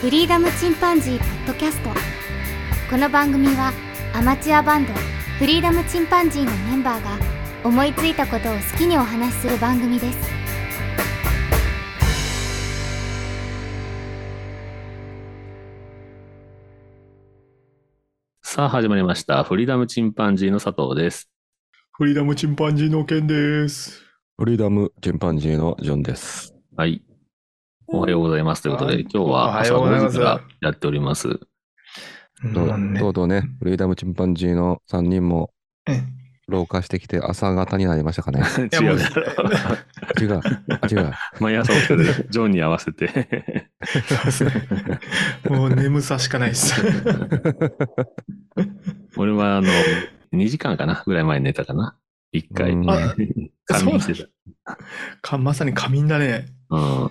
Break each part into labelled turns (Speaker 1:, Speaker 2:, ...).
Speaker 1: フリーダムチンパンジーポッドキャストこの番組はアマチュアバンドフリーダムチンパンジーのメンバーが思いついたことを好きにお話しする番組です
Speaker 2: さあ始まりました。フリーダムチンパンジーの佐藤です。
Speaker 3: フリーダムチンパンジーの件です。
Speaker 4: フリーダムチンパンジーのジョンです。
Speaker 2: はい。おはようございます。ということ
Speaker 3: は
Speaker 2: で、
Speaker 3: い
Speaker 2: 今日は朝
Speaker 3: おはようござい
Speaker 2: 5
Speaker 3: ます
Speaker 2: 時からやっております。
Speaker 4: とう,、
Speaker 3: ね
Speaker 4: とうね、フリーダムチンパンジーの3人も
Speaker 3: え
Speaker 4: 老化してきて朝方になりましたかね。
Speaker 3: いやもう
Speaker 4: 違う、あ違う。
Speaker 2: 毎朝起きて るジョンに合わせて。
Speaker 3: そうですね もう眠さしかないです。
Speaker 2: 俺はあの、2時間かなぐらい前に寝たかな。1回。
Speaker 4: うん
Speaker 3: あ
Speaker 2: 仮眠して
Speaker 3: かまさに仮眠だね。
Speaker 2: た。うん。今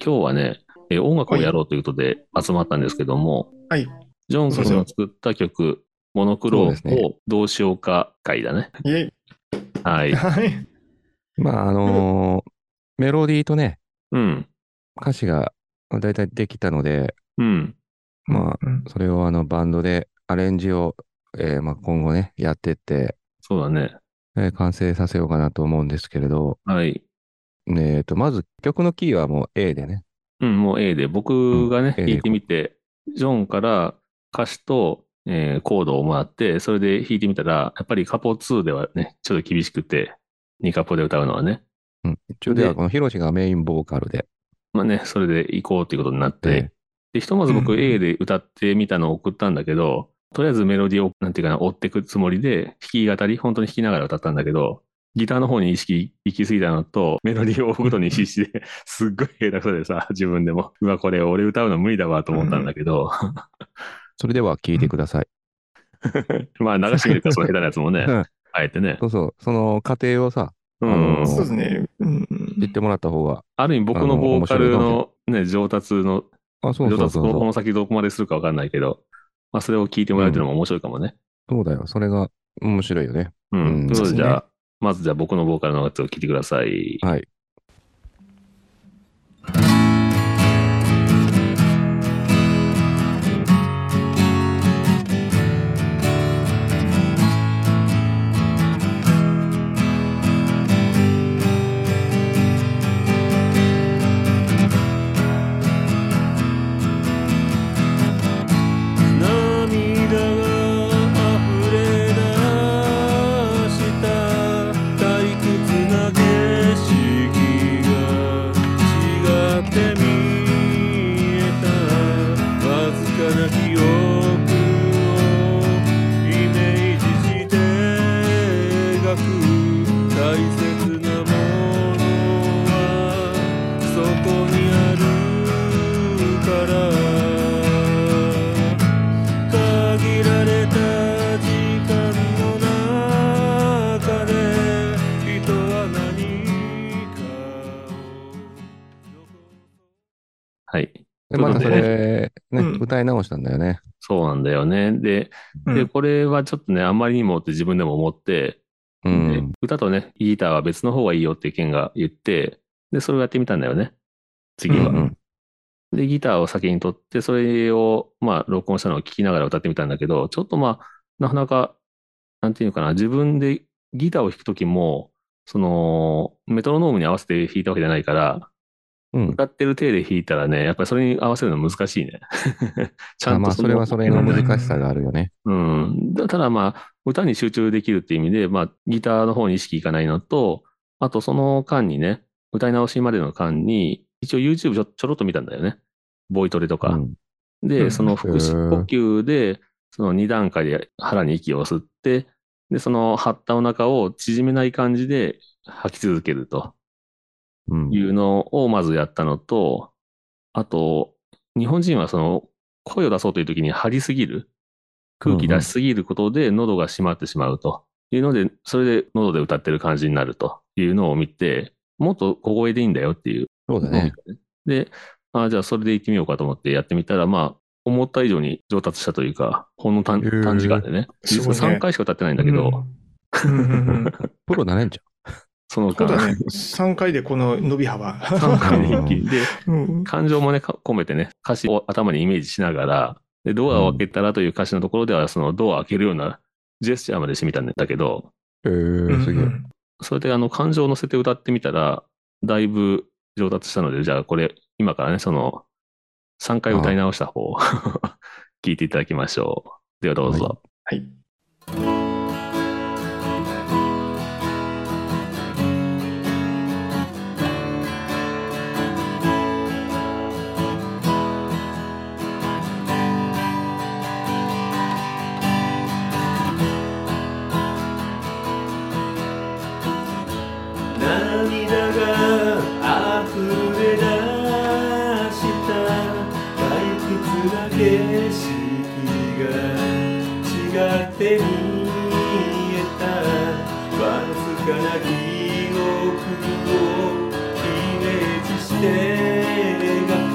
Speaker 2: 日はね、え音楽をやろうということで集まったんですけども、
Speaker 3: はい。
Speaker 2: ジョン君の作った曲、モノクロ
Speaker 4: そうですね
Speaker 2: をどうしようか会だね。
Speaker 3: イェ
Speaker 2: はい
Speaker 3: イ。。はい。
Speaker 4: まあ、あのーメロディーとね、
Speaker 2: うん。
Speaker 4: 歌詞がだいたいできたので、
Speaker 2: うん。
Speaker 4: まあ、
Speaker 3: うん
Speaker 4: それをあのバンドでアレンジを、えーまあ、今後ね、やってって、
Speaker 2: そうだね。
Speaker 4: えー完成させようかなと思うんですけれど、
Speaker 2: はい。
Speaker 4: ねえーと、まず曲のキーはもう A でね。
Speaker 2: うん、もう A で、僕がね、
Speaker 4: うん A で
Speaker 2: 弾いてみて、ジョンから歌詞と、えーコードをもらって、それで弾いてみたら、やっぱりカポ2ではね、ちょっと厳しくて、2カポで歌うのはね。
Speaker 4: うん、一応で
Speaker 2: で
Speaker 4: はこのヒロシがメインボーカルで。
Speaker 2: まあね、それで行こうということになって、
Speaker 4: え
Speaker 2: で、ひとまず僕
Speaker 3: うん
Speaker 2: A で歌ってみたのを送ったんだけど、とりあえずメロディーを、なんていうかな、追っていくつもりで、弾き語り、本当に弾きながら歌ったんだけど、ギターの方に意識行き過ぎたのと、メロディーを追うことに必死で、すっごい下手くそでさ、自分でも、うわ、これ俺歌うの無理だわと思ったんだけど、
Speaker 4: それでは聴いてください。
Speaker 2: まあ流してみるか、その下手なやつもね
Speaker 4: う、ん
Speaker 2: あえてね
Speaker 4: そ。うそう、その過程をさ、
Speaker 2: う
Speaker 4: あ
Speaker 2: ん
Speaker 4: の。
Speaker 3: そうですね。うん
Speaker 4: 知ってもらった方が。
Speaker 2: ある意味僕のボーカルのね、上達の、
Speaker 4: あ、そう
Speaker 2: 上
Speaker 4: そう
Speaker 2: 達
Speaker 4: そ
Speaker 2: こ
Speaker 4: う
Speaker 2: の
Speaker 4: そう。
Speaker 2: 先どこまでするかわかんないけど、まあそれを聞いてもらうっていうのも面白いかもね。
Speaker 4: そうだよ。それが面白いよね。
Speaker 2: う。
Speaker 4: うんん
Speaker 2: ということで、
Speaker 3: そうですね
Speaker 2: じゃあ、まずじゃあ僕のボーカルのやつを聞いてください。
Speaker 4: はい。
Speaker 5: 「涙が溢れ出した退屈な景色が違って見えた」「わずかな記憶をイメージして描く」「大切なものはそこにあるから」限られた時間の中で人は何か
Speaker 2: はい。
Speaker 4: で、またそれ、ね、
Speaker 3: うん
Speaker 4: 歌い直したんだよね。
Speaker 2: そうなんだよね。で、
Speaker 3: う
Speaker 2: で、
Speaker 3: ん
Speaker 2: これはちょっとね、あんまりにもって自分でも思って、
Speaker 4: う
Speaker 2: で
Speaker 4: ん。
Speaker 2: 歌とね、ギターは別の方がいいよっていう件が言って、で、それをやってみたんだよね。次
Speaker 4: う
Speaker 2: は。
Speaker 4: ん。
Speaker 2: で、ギターを先に取って、それを、まあ、録音したのを聞きながら歌ってみたんだけど、ちょっとまあ、なかなか、なんていうのかな、自分でギターを弾くときも、その、メトロノームに合わせて弾いたわけじゃないから、
Speaker 4: うん。
Speaker 2: 歌ってる手で弾いたらね、やっぱりそれに合わせるの難しいね。 ちゃん
Speaker 4: あ
Speaker 2: と
Speaker 4: まあ、それはそれの難しさがあるよね。
Speaker 2: うん。だただまあ、歌に集中できるっていう意味で、まあ、ギターの方に意識いかないのと、あとその間にね、歌い直しまでの間に、一応 YouTube ちょちょろっと見たんだよね。ボイトレとか。
Speaker 4: うん
Speaker 3: う
Speaker 2: で、
Speaker 3: ん
Speaker 2: その腹式呼吸で、その2段階で腹に息を吸って、で、その張ったお腹を縮めない感じで吐き続けると
Speaker 4: うん
Speaker 2: いうのをまずやったのと、あと、日本人はその声を出そうという時に張りすぎる、空気出しすぎることで喉が締まってしまうというので、それで喉で歌ってる感じになるというのを見て、もっと小声でいいんだよっていう
Speaker 4: そうだね。
Speaker 2: で、あじゃあそれで行ってみようかと思ってやってみたら、まあ、思った以上に上達したというか、ほんの短
Speaker 4: へー
Speaker 2: 短時間でね。
Speaker 3: す
Speaker 2: 実
Speaker 3: ごいね
Speaker 2: は3回しか歌ってないんだけど、
Speaker 3: うんうんうん
Speaker 4: プロなれんじ
Speaker 2: その
Speaker 3: そう
Speaker 2: 間、
Speaker 3: だね。3回でこの伸び幅。
Speaker 2: 3回で一気に。で、
Speaker 3: うん
Speaker 2: 感情もね、か込めてね、歌詞を頭にイメージしながら、で、ドアを開けたらという歌詞のところでは、そのドアを開けるようなジェスチャーまでしてみたんだけど、
Speaker 4: えー、すげえ。
Speaker 2: それであの感情を乗せて歌ってみたら、だいぶ上達したので、じゃあこれ、今からね、その、3回歌い直した方 を聞いていただきましょう。ではどうぞ。
Speaker 4: は
Speaker 3: はい。
Speaker 5: 涙が溢れ出した退屈な景色が違って見えたわずかな記憶をイメージして描く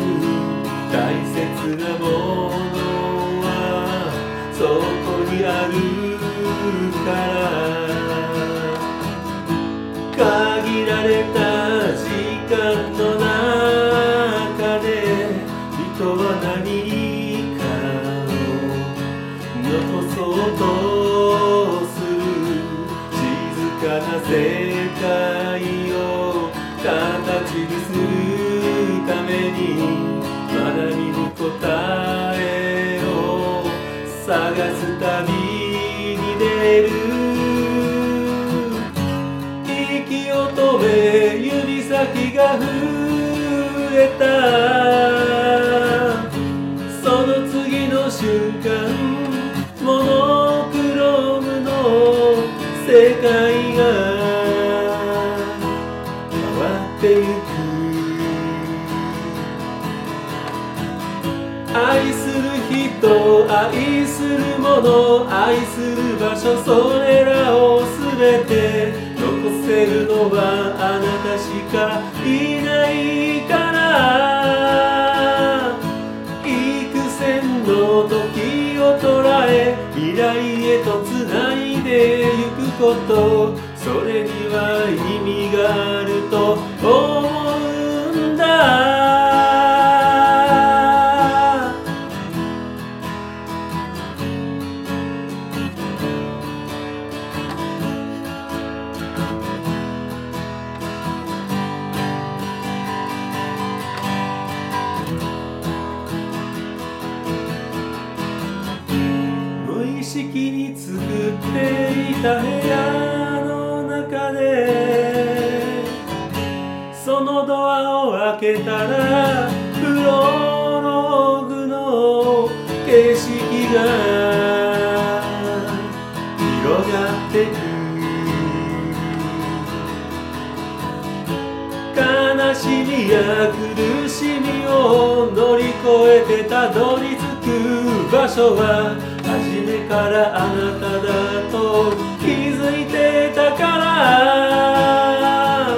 Speaker 5: 大切なものはそこにあるから限られた時間の中で人は何かを残そうとする静かな世界を形にするために学びる答えを探す旅に出る息を止め指先が触れたその次の瞬間モノクロームの世界が変わってゆく愛する人愛するもの愛する場所それらを全て残せるのはあなたしかいないから幾千の時を捉え未来へとつないでゆくことそれには意味があると思うんだ無意識に作っていた部屋の中でそのドアを開けたらプロローグの景色が広がってく悲しみや苦しみを乗り越えてたどり着く場所は初めからあなただと気づいてたから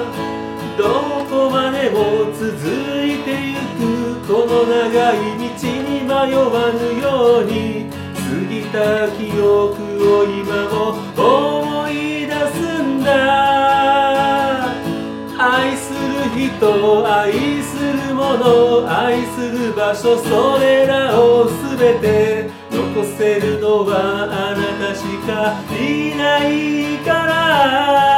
Speaker 5: どこまでも続いてゆくこの長い道に迷わぬように過ぎた記憶を今も思い出すんだ愛する人愛するもの愛する場所それらを全て残せるのはあなたしかいないから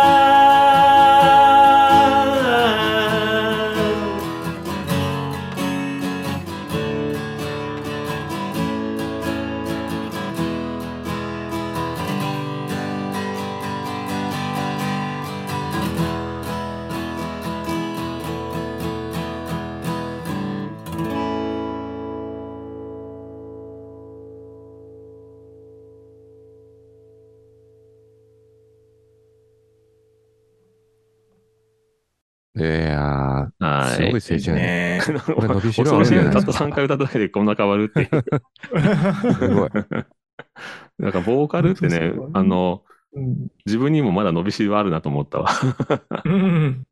Speaker 4: いやー、
Speaker 2: は
Speaker 4: すごい
Speaker 2: い。
Speaker 4: 成長やね。
Speaker 3: ね。
Speaker 4: これ伸びし
Speaker 2: 恐
Speaker 4: ろあ
Speaker 2: ろ
Speaker 4: るん
Speaker 2: しい
Speaker 4: じゃ
Speaker 2: ね。
Speaker 4: ない
Speaker 2: た
Speaker 4: で
Speaker 2: った
Speaker 4: すか。
Speaker 2: 3回歌っただけでこんな変わるって いう。
Speaker 4: すごい。
Speaker 2: なんかボーカルってね
Speaker 3: 本当そうだね、
Speaker 2: あの、
Speaker 3: うん
Speaker 2: 自分にもまだ伸びしろあるなと思ったわ。
Speaker 3: うん。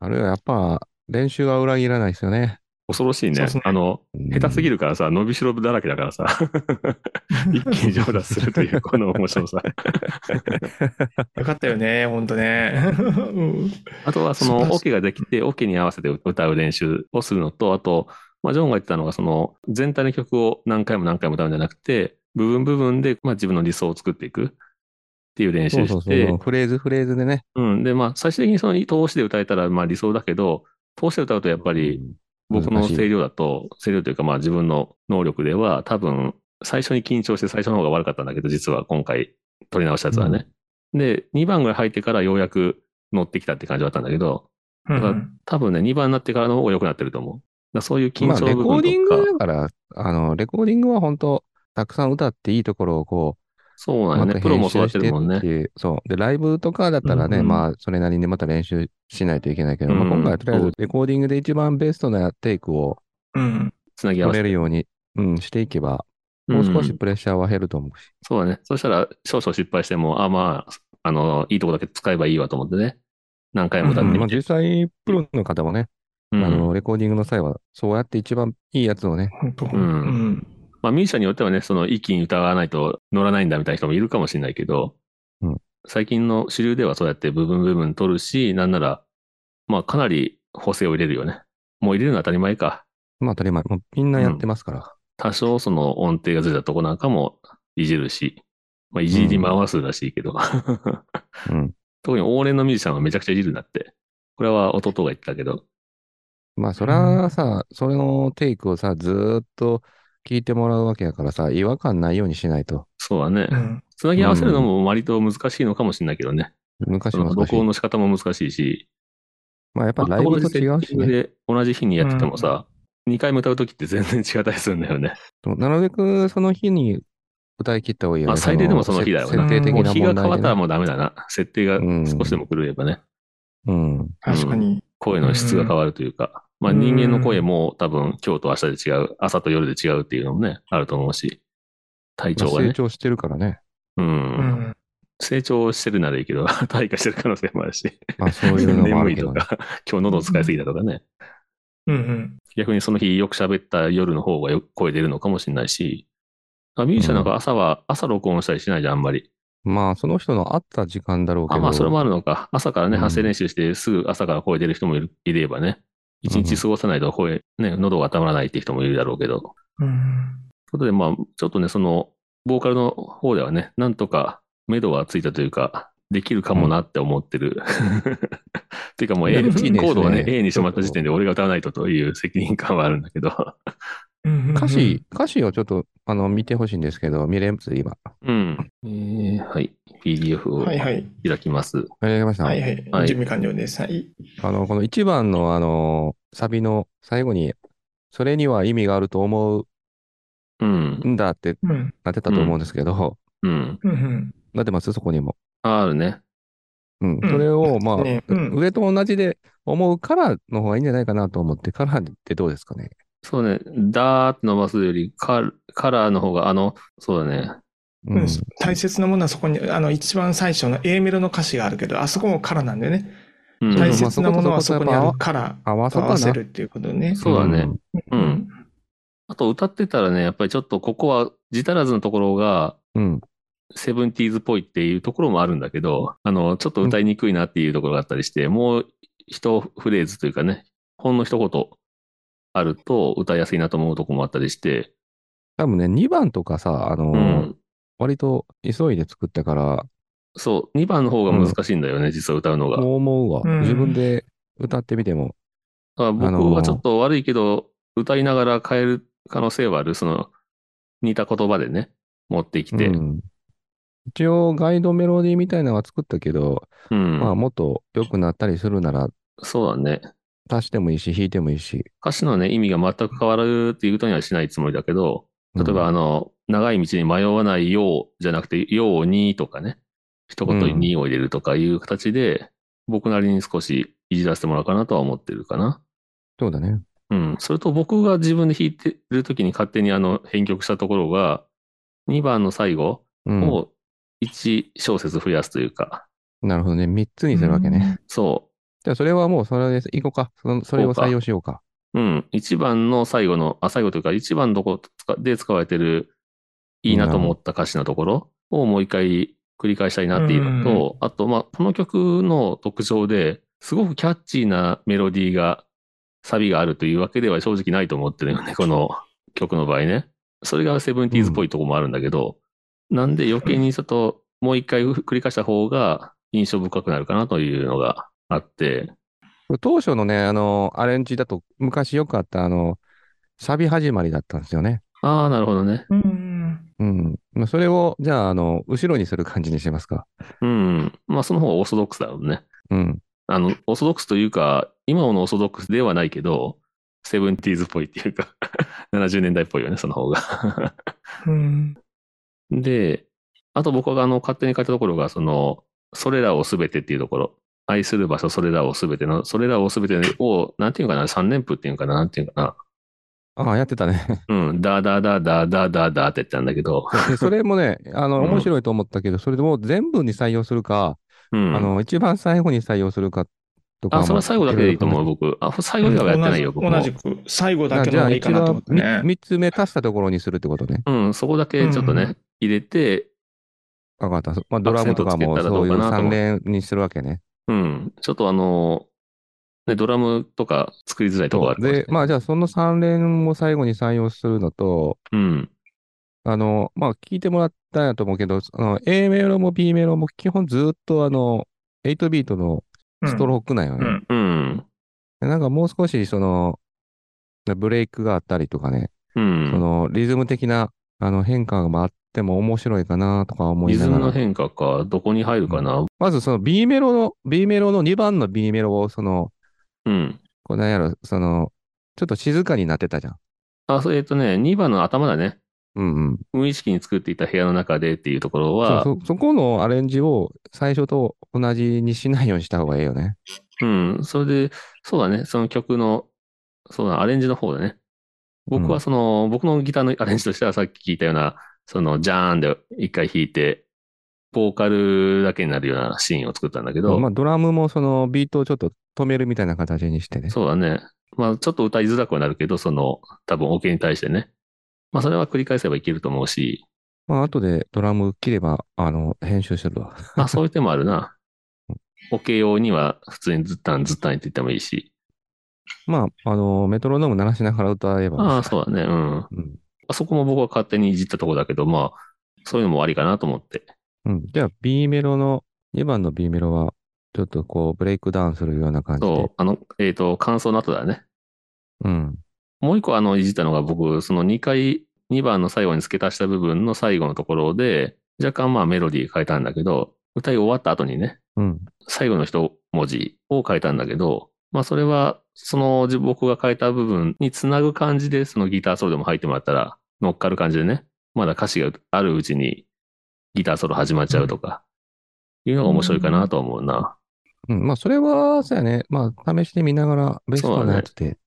Speaker 4: あれはやっぱ練習は裏切らないですよね。
Speaker 2: 恐ろしい
Speaker 3: そ
Speaker 2: ね
Speaker 3: うっすね。
Speaker 2: あの、
Speaker 4: うん
Speaker 2: 下手すぎるからさ、伸びしろだらけだからさ、 一気に上達するという、この面白さ。
Speaker 3: よかったよね、ほんとね。うん
Speaker 2: あとは、そ
Speaker 3: そう
Speaker 2: の、
Speaker 3: そう
Speaker 2: オケができて、オケに合わせて歌う練習をするのと、あと、まあ、ジョンが言ってたのが、その、全体の曲を何回も何回も歌うんじゃなくて、部分部分で、まあ、自分の理想を作っていくっていう練
Speaker 4: そ
Speaker 2: 習
Speaker 4: うそう
Speaker 2: し
Speaker 4: そうそ
Speaker 2: て
Speaker 4: う。、フレーズフレーズでね。
Speaker 2: うん。で、まあ、最終的にその、通しで歌えたら、まあ、理想だけど、通して歌うと、やっぱり、僕の
Speaker 4: 難しい
Speaker 2: 声量だと、声量というかまあ自分の能力では多分最初に緊張して最初の方が悪かったんだけど、実は今回取り直したやつはね。で、2番ぐらい入ってからようやく乗ってきたって感じだったんだけど、
Speaker 3: うん
Speaker 2: 多分ね、2番になってからの方が良くなってると思う。だからそういう緊
Speaker 4: まあ、
Speaker 2: 張
Speaker 4: レ
Speaker 2: 部
Speaker 4: コー
Speaker 2: 分
Speaker 4: ディン
Speaker 2: とか、
Speaker 4: グだから、あの、レコーディングは本当たくさん歌っていいところをこ
Speaker 2: そうなん
Speaker 4: う、う
Speaker 2: よ
Speaker 4: ま
Speaker 2: ね。
Speaker 4: く
Speaker 2: プロ
Speaker 4: 編
Speaker 2: もそう
Speaker 4: 集
Speaker 2: やっ
Speaker 4: してて
Speaker 2: る
Speaker 4: っ
Speaker 2: もんね
Speaker 4: て。いう、そう。で、ライブとかだったらね、
Speaker 2: うんうん
Speaker 4: まあ、それなりにまた練習しないといけないけど、まあ、
Speaker 2: うん
Speaker 4: 今回はとりあえ
Speaker 2: そ
Speaker 4: ず
Speaker 2: う
Speaker 4: レコーディングで一番ベストなテイクを
Speaker 3: うん。
Speaker 2: つなぎ合わ
Speaker 4: 取
Speaker 2: せ
Speaker 4: れ
Speaker 2: て。
Speaker 4: るように、うん、していけば、もう少し
Speaker 2: ん
Speaker 4: プレッシャーは減ると思うし。
Speaker 2: そうだね。そしたら少々失敗しても、あ、まあ、あの、いいとこだけ使えばいいわと思ってね。何回も歌
Speaker 3: う
Speaker 2: っ
Speaker 3: ん
Speaker 2: て
Speaker 3: うん
Speaker 4: まあ、
Speaker 2: みて。
Speaker 4: 実際、プロの方もね、
Speaker 2: うん
Speaker 4: あの、レコーディングの際は、そうやって一番いいやつをね、
Speaker 3: ほんと。
Speaker 2: う
Speaker 3: うんん。
Speaker 2: まあ、ミュージシャンによってはね、その一気に歌わないと乗らないんだみたいな人もいるかもしれないけど、
Speaker 4: うん
Speaker 2: 最近の主流ではそうやって部分部分取るし、なんなら、まあ、かなり補正を入れるよね。もう入れるのは当たり前か。
Speaker 4: まあ、当たり前、もうみんなやってますから。
Speaker 2: 多少その音程がずれたとこなんかもいじるし、まあ、いじり回すらしいけど、
Speaker 4: うん
Speaker 2: 特に往年のミュージシャンはめちゃくちゃいじるんだって。これは弟が言ってたけど、
Speaker 4: まあ、そらさ、それのテイクをさ、ずーっと聞いてもらうわけやからさ、違和感ないようにしないと。
Speaker 2: そうだね
Speaker 3: う。ん。
Speaker 2: つなぎ合わせるのも割と難しいのかもしれないけどね。
Speaker 4: 昔
Speaker 2: そ
Speaker 4: も
Speaker 2: の
Speaker 4: 難し
Speaker 2: 録音
Speaker 4: い。
Speaker 2: の仕方も難しいし、
Speaker 4: まあ、やっぱライブと違うしね。
Speaker 2: で同じ日にやっててもさ、2回も歌うときって全然違ったりするんだよね。
Speaker 4: そうなるべくその日に歌い切った方がいいよね。
Speaker 2: まあ最低でもその日だよ
Speaker 4: せ
Speaker 2: ね
Speaker 4: 設定的
Speaker 2: もう
Speaker 4: な
Speaker 2: 日が
Speaker 4: 問
Speaker 2: 変わっ
Speaker 4: 題で
Speaker 2: たら
Speaker 4: ね。
Speaker 2: もうダメだな。設定が少しでも狂えばね、
Speaker 4: うん。
Speaker 3: 確かに。
Speaker 2: 声の質が変わるというか、まあ人間の声も多分今日と明日で違う、朝と夜で違うっていうのもね、あると思うし、体
Speaker 4: まあ
Speaker 2: 調がね
Speaker 4: 成。長してるからね。
Speaker 2: う。
Speaker 3: うんん。
Speaker 2: 成長してるならいいけど、 退化してる可能性もあるし、
Speaker 4: まあ、 そういうのもあ
Speaker 2: 眠
Speaker 4: る
Speaker 2: い
Speaker 4: け
Speaker 2: と
Speaker 4: どね。
Speaker 2: か、今日喉を使いすぎたとかね。
Speaker 3: うんうん。
Speaker 2: 逆にその日よく喋った夜の方がよく声出るのかもしれないし、あミュージシャンなんか朝は、朝録音したりしないじゃん、あんまり。
Speaker 4: まあ、その人の会った時間だろうけ
Speaker 2: あ、
Speaker 4: ど。
Speaker 2: まあ、それもあるのか。朝からね、
Speaker 4: うん
Speaker 2: 発声練習して、すぐ朝から声出る人もいるいればね、一日過ごさないと声、ね、喉が温まらないっていう人もいるだろうけど。という
Speaker 3: うん。
Speaker 2: ことで、まあ、ちょっとね、その、ボーカルの方ではね、なんとか、目処はついたというか、できるかもなって思ってる。 っていうかもう A、コ
Speaker 3: いやいいですね
Speaker 2: ードをね、A にしまった時点で俺が歌わないとという責任感はあるんだけど。
Speaker 3: うんうん
Speaker 4: 歌詞、歌詞をちょっと、あの、見てほしいんですけど、見れます今。
Speaker 2: うん。えーはい。PDF を
Speaker 3: はいは
Speaker 2: 開
Speaker 3: い。
Speaker 2: きます。
Speaker 4: ありました。
Speaker 3: はいはい。
Speaker 2: はい
Speaker 3: 準備完了です。はい。
Speaker 4: あの、この1番のあの、サビの最後に、それには意味があると思う
Speaker 2: うん。
Speaker 4: んだって
Speaker 3: うん。
Speaker 4: なってたと思うんですけど、
Speaker 2: うん。
Speaker 3: うんうん。
Speaker 4: なってますそこにも。
Speaker 2: あるね。
Speaker 4: うん。
Speaker 3: うん
Speaker 4: それを、まあ、
Speaker 3: ねうん
Speaker 4: 上と同じで思うからの方がいいんじゃないかなと思って、からってどうですかね。
Speaker 2: そうね。だーって伸ばすより、カカラーの方が、あの、そうだね。
Speaker 4: うん。
Speaker 3: うん大切なものはそこに、あの、一番最初の A メロの歌詞があるけど、あそこもカラーなんだよね。
Speaker 2: うん、
Speaker 3: 大切なものはそこにあ
Speaker 4: まあそ
Speaker 3: る
Speaker 4: こ
Speaker 3: カラ
Speaker 4: 合わ
Speaker 3: ー
Speaker 4: さ
Speaker 3: と合わせ
Speaker 4: たな。
Speaker 3: るっていうことね。
Speaker 2: そうだね。う。
Speaker 3: うんん。
Speaker 2: あと、歌ってたらね、やっぱりちょっとここは、ジタラズのところが、
Speaker 4: うん。
Speaker 2: セブンティーズっぽいっていうところもあるんだけど、あの、ちょっと歌いにくいなっていうところがあったりして、もう一フレーズというかね、ほんの一言あると歌いやすいなと思うところもあったりして、
Speaker 4: 多分ね、2番とかさ、あのー
Speaker 2: うん。
Speaker 4: 割と急いで作ったから、
Speaker 2: そう、2番の方が難しいんだよね、実は歌うのが。
Speaker 4: もう思うわ、
Speaker 3: うん
Speaker 4: 自分で歌ってみても。
Speaker 2: だから
Speaker 4: あの
Speaker 2: 僕
Speaker 4: ー
Speaker 2: はちょっと悪いけど、歌いながら変える可能性はある。その、似た言葉でね、持ってきて。
Speaker 4: う
Speaker 2: うん。
Speaker 4: ん一応、ガイドメロディーみたいなのは作ったけど、まあ、もっと良くなったりするなら、
Speaker 2: そうだね。
Speaker 4: 足してもいいし、引いてもいいし。
Speaker 2: 歌詞のね、意味が全く変わるっていうことにはしないつもりだけど、例えば、あの、長い道に迷わないようじゃなくて、ようにとかね、一言にを入れるとかいう形で、僕なりに少しいじらせてもらおうかなとは思ってるかな。
Speaker 4: そうだね。
Speaker 2: うん。それと僕が自分で弾いてるときに勝手にあの、編曲したところが、2番の最後、
Speaker 4: うん。
Speaker 2: を1小節増やすというか、
Speaker 4: なるほどね。3つにするわけね。
Speaker 2: そ
Speaker 4: じゃあ、それはもう、それです。いこうか。そのそれを採用しようか。
Speaker 2: うん。一番の最後の、あ、最後というか、一番のとこ使で使われてる、いいなと思った歌詞のところをもう一回繰り返したいなっていうのと、あと、まあ、この曲の特徴で、すごくキャッチーなメロディーが、サビがあるというわけでは正直ないと思ってるよね、この曲の場合ね。それがセブンティーズっぽいとこもあるんだけど、なんで余計にちょっともう一回繰り返した方が印象深くなるかなというのがあって、
Speaker 4: これ当初のね、あの、アレンジだと昔よくあった、あの、サビ始まりだったんですよね。
Speaker 2: ああ、なるほどね。
Speaker 3: うん。
Speaker 4: うん。まあ、それを、じゃあ、あの、後ろにする感じにしますか。
Speaker 2: うん。まあ、その方がオーソドックスだろうね。
Speaker 4: うん。
Speaker 2: あの、オーソドックスというか、今のオーソドックスではないけど、セブンティーズっぽいっていうか、70年代っぽいよね、その方が。
Speaker 3: うん。
Speaker 2: で、あと僕があの、勝手に書いたところが、その、それらをすべてっていうところ。愛する場所、それらをすべての、それらをすべてを、なんていうのかな、三連符っていうのかな、なんていうのか
Speaker 4: ああ、やって たね。
Speaker 2: な。うん、ダーダーダーダーダーダーダーって言ったんだけど、
Speaker 4: でそれもね、あの、
Speaker 2: うん
Speaker 4: 面白いと思ったけど、それでもう全部に採用するか、
Speaker 2: うん。
Speaker 4: あの、一番最後に採用するかとか。
Speaker 2: あ、それは最後だけでいいと思う、
Speaker 4: う。
Speaker 2: 僕。あ、最後ではやってないよ、僕
Speaker 3: 同じ
Speaker 2: も。
Speaker 3: 同じく、最後だ
Speaker 4: あ
Speaker 3: け
Speaker 4: じ
Speaker 3: の方
Speaker 4: ゃあ、
Speaker 3: がいい
Speaker 4: 一
Speaker 3: かなと思
Speaker 4: 番
Speaker 3: って
Speaker 4: み三、
Speaker 3: ね。
Speaker 4: つ目足したところにするってことね。
Speaker 2: うん、そこだけちょっとね、
Speaker 3: うん
Speaker 2: 入れて、
Speaker 4: わかった。そまあ、ドラムとかも
Speaker 2: アクセント
Speaker 4: そ
Speaker 2: つ
Speaker 4: う
Speaker 2: け
Speaker 4: い
Speaker 2: たらどうか
Speaker 4: う
Speaker 2: なと思う
Speaker 4: 三連にするわけね。
Speaker 2: うん、ちょっとあの、ね、ドラムとか作りづらいとこあるかもしれ
Speaker 4: で
Speaker 2: ない、
Speaker 4: まあ、じゃあ、その三連も最後に採用するのと、
Speaker 2: うん、
Speaker 4: あの、まあ、聞いてもらったんやと思うけど、あの A メロも B メロも基本ずっとあの、8ビートのストロークなんよ
Speaker 3: う
Speaker 4: ね。
Speaker 3: ん。
Speaker 2: うん、
Speaker 4: でなんかもう少しその、ブレイクがあったりとかね、
Speaker 2: うん。
Speaker 4: そのリズム的なあの変化があっても面白いかなとか思い
Speaker 2: リ
Speaker 4: な
Speaker 2: ズ
Speaker 4: が
Speaker 2: ムの
Speaker 4: ら。
Speaker 2: 変化か、どこに入るかな。
Speaker 4: まずその B メロの、B メロの2番の B メロをその、
Speaker 2: うん。
Speaker 4: こうなんやろ、その、ちょっと静かになってたじゃん。
Speaker 2: あ、そうえっとね、2番の頭だね。
Speaker 4: うんうん。
Speaker 2: 無意識に作っていた部屋の中でっていうところ
Speaker 4: そう
Speaker 2: は、
Speaker 4: そ、そこのアレンジを最初と同じにしないようにした方がいいよね。
Speaker 2: うん、それで、そうだね、その曲の、そうだ、アレンジの方だね。僕
Speaker 4: うん
Speaker 2: はその、僕のギターのアレンジとしてはさっき聞いたような、その、ジャーンで一回弾いて、ボーカルだけになるようなシーンを作ったんだけど、
Speaker 4: まあドラムもそのビートをちょっと止めるみたいな形にしてね。
Speaker 2: そうだね。まあ、ちょっと歌いづらくはなるけど、その、多分、オ、ケに対してね。まあ、それは繰り返せばいけると思うし、
Speaker 4: まあ後でドラム切れば、あの、編集するわ。
Speaker 2: あ、そういう手もある な。オ、ケ用には、普通にずったんずったんって言ってもいいし。
Speaker 4: まあ、あの、メトロノーム鳴らしながら歌えば。
Speaker 2: ああ、そうだね。うん。
Speaker 4: うん。
Speaker 2: あそこも僕は勝手にいじったとこだけど、まあ、そういうのもありかなと思って。
Speaker 4: うん。じゃあ B メロの、2番の B メロは、ちょっとこう、ブレイクダウンするような感じで
Speaker 2: そ。う、あの、えっ、と、感想の後だね。
Speaker 4: うん。
Speaker 2: もう一個、あの、いじったのが、僕、その2回、2番の最後に付け足した部分の最後のところで、若干まあメロディー変えたんだけど、歌い終わった後にね、
Speaker 4: うん。
Speaker 2: 最後の一文字を変えたんだけど、まあそれは、その自僕が変えた部分につなぐ感じで、そのギターソロでも入ってもらったら、乗っかる感じでね、まだ歌詞があるうちにギターソロ始まっちゃうとか、いうのが面白いかなと思うな。
Speaker 4: うん。まあ、それは、そうやね。まあ、試してみながら、ベストなやつで。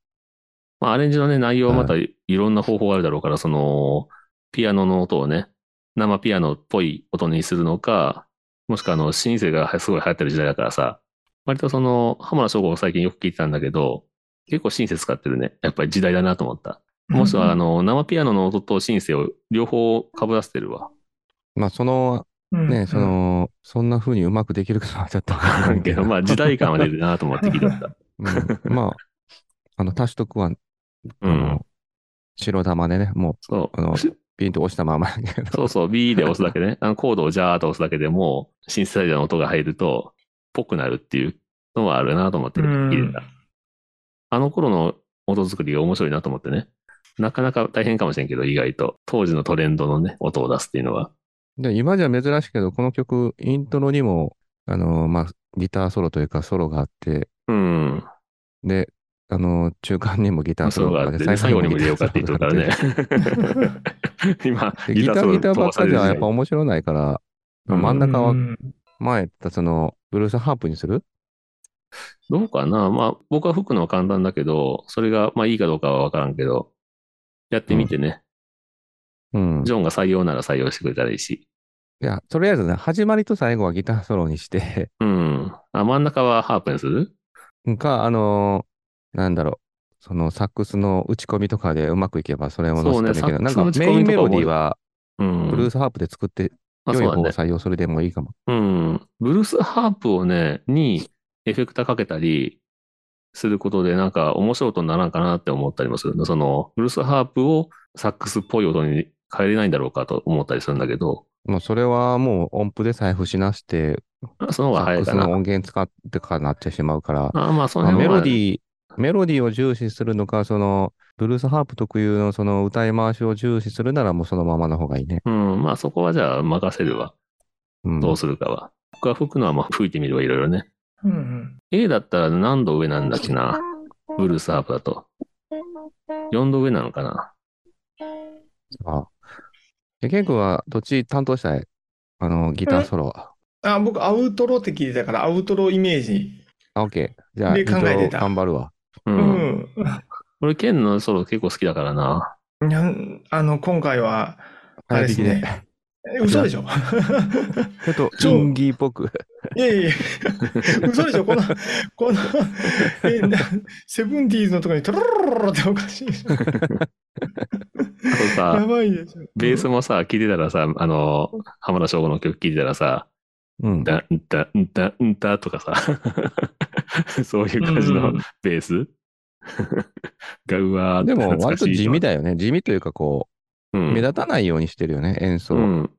Speaker 2: まあアレンジのね、内容はまたいろんな方法があるだろうから、その、ピアノの音をね、生ピアノっぽい音にするのか、もしくはあの、シンセがすごい流行ってる時代だからさ、割とその、浜田省吾を最近よく聞いてたんだけど、結構シンセ使ってるね。やっぱり時代だなと思った。もしくはあの、生ピアノの音とシンセを両方被らせてる わ。
Speaker 4: まあ、その、
Speaker 3: うん、
Speaker 4: ね、その、そんな風にうまくできるかはちょっとわ
Speaker 2: わ
Speaker 4: か
Speaker 2: かららん
Speaker 4: ん
Speaker 2: けど、 まあ時代感は出るなと思って聞いてた。
Speaker 4: うんまあ、あの、足しとくは、あ
Speaker 2: うん。
Speaker 4: の、白玉でね、もう、
Speaker 2: そ
Speaker 4: あの
Speaker 2: う。
Speaker 4: ピンと押したままやけど。
Speaker 2: そうそう、B で押すだけ ね。あのコードをジャーっと押すだけでもう、シンセサイザーの音が入ると、ぽくなるっていうのはあるなと思って聞いてた。あの頃の音作りが面白いなと思ってね。なかなか大変かもしれんけど、意外と。当時のトレンドのね、音を出すっていうのは。
Speaker 4: で今じゃ珍しいけど、この曲、イントロにも、あの、まあ、ギターソロというかソロがあって、
Speaker 2: うん。
Speaker 4: で、あの、中間にもギターソ
Speaker 2: そう
Speaker 4: ロ
Speaker 2: があ
Speaker 4: があ
Speaker 2: っ
Speaker 4: ってて、
Speaker 2: ね、最後にも入れようか
Speaker 4: 最
Speaker 2: って言っ
Speaker 4: 後
Speaker 2: と
Speaker 4: に
Speaker 2: る
Speaker 4: も
Speaker 2: から
Speaker 4: ギター
Speaker 2: ね
Speaker 4: ソロがあって。。
Speaker 2: 今、
Speaker 4: でギター、ギターばっかじゃやっぱ面白ないから、
Speaker 2: うん
Speaker 4: 真ん中
Speaker 3: う
Speaker 4: は
Speaker 3: ん
Speaker 4: 前言ったその、ブルースハープにする
Speaker 2: どうかなまあ、僕は吹くのは簡単だけど、それが、まあいいかどうかはわからんけど、やってみてね、
Speaker 4: うん。
Speaker 2: ジョンが採用なら採用してくれたらいいし。
Speaker 4: いや、とりあえずね、始まりと最後はギターソロにして、
Speaker 2: うん。あ、真ん中はハープにする
Speaker 4: か、あのなんだろう、そのサックスの打ち込みとかでうまくいけばそれも載せたらいいけ
Speaker 2: そう
Speaker 4: ど、
Speaker 2: ね
Speaker 4: なん
Speaker 2: サッ
Speaker 4: か
Speaker 2: クスの打
Speaker 4: メ
Speaker 2: ち込み
Speaker 4: イ
Speaker 2: と
Speaker 4: ンメ
Speaker 2: かも
Speaker 4: ロディーは
Speaker 2: うん。
Speaker 4: ブルースハープで作って、
Speaker 2: まあ
Speaker 4: 良い
Speaker 2: そう
Speaker 4: 方
Speaker 2: だ
Speaker 4: を
Speaker 2: ね。
Speaker 4: 採用するでもいいかも。
Speaker 2: うん。ブルースハープをね、にエフェクターかけたりすることで、なんか面白い音にならんかなって思ったりもするの。その、ブルースハープをサックスっぽい音に変えれないんだろうかと思ったりするんだけど、
Speaker 4: もうそれはもう音符で再布しなして、
Speaker 2: その方が
Speaker 4: サッ
Speaker 2: 早い
Speaker 4: ク
Speaker 2: か
Speaker 4: スの
Speaker 2: な。
Speaker 4: 音源使ってからなっちゃしまうから、
Speaker 2: あまあ、その
Speaker 4: まあメ
Speaker 2: 辺
Speaker 4: ロ
Speaker 2: は
Speaker 4: ディー、メロディーを重視するのか、その、ブルースハープ特有のその歌い回しを重視するならもうそのままの方がいいね。
Speaker 2: うん、まあそこはじゃあ任せるわ。
Speaker 4: うん。
Speaker 2: どうするかは。僕は吹くのはまあ吹いてみるわ、いろいろね。
Speaker 3: うんうん。
Speaker 2: A だったら何度上なんだっけな。ブルースハープだと。4度上なのかな。
Speaker 4: あ。え、ケン君はどっち担当したいあの、ギターソロは。
Speaker 3: あ、僕、アウトロって聞いてたから、アウトロイメージ。
Speaker 4: あ、オッケー。じゃあ、
Speaker 3: で
Speaker 4: 一応
Speaker 3: 考えてた
Speaker 4: 頑張るわ。
Speaker 2: う。
Speaker 3: うんん。
Speaker 2: 俺、ケンのソロ結構好きだからな。
Speaker 3: いやあの、今回は、あれですね。え嘘でしょ
Speaker 4: ちょっと、
Speaker 3: 超
Speaker 4: インギーっぽく。
Speaker 3: いやいやいや、嘘でしょこの、この、え、なセブンティーズのところにトロロロロロっておかしいでしょ
Speaker 2: あと
Speaker 3: や
Speaker 2: さ、
Speaker 3: ばいでしょ。
Speaker 2: ベースもさ、聴いてたらさ、あの、浜田省吾の曲聴いてたらさ、
Speaker 4: うん。
Speaker 2: だ、んだ、んだ、んだとかさ、 そういう感じの
Speaker 3: うん
Speaker 2: ベース がうわーって
Speaker 4: でも、
Speaker 2: 懐
Speaker 4: 割
Speaker 2: かし
Speaker 4: と
Speaker 2: い
Speaker 4: 地味だよね。地味というか、こ
Speaker 2: う
Speaker 4: う、
Speaker 2: ん
Speaker 4: 目立たないようにしてるよね、演奏。
Speaker 2: うん。